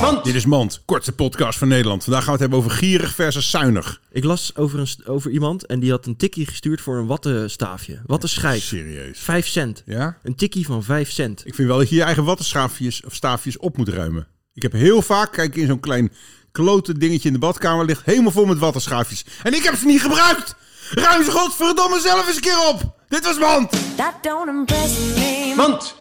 Mand. Dit is Mand, kortste podcast van Nederland. Vandaag gaan we het hebben over gierig versus zuinig. Ik las over, een, st- over iemand en die had een tikkie gestuurd voor een wattenstaafje. Wattenschijf. Serieus. Vijf cent. Ja? Een tikkie van vijf cent. Ik vind wel dat je je eigen wattenschaafjes of staafjes op moet ruimen. Ik heb heel vaak, kijk in zo'n klein klote dingetje in de badkamer, ligt helemaal vol met wattenschaafjes. En ik heb ze niet gebruikt! Ruim ze godverdomme zelf eens een keer op! Dit was Mand! That don't impress me. Mand.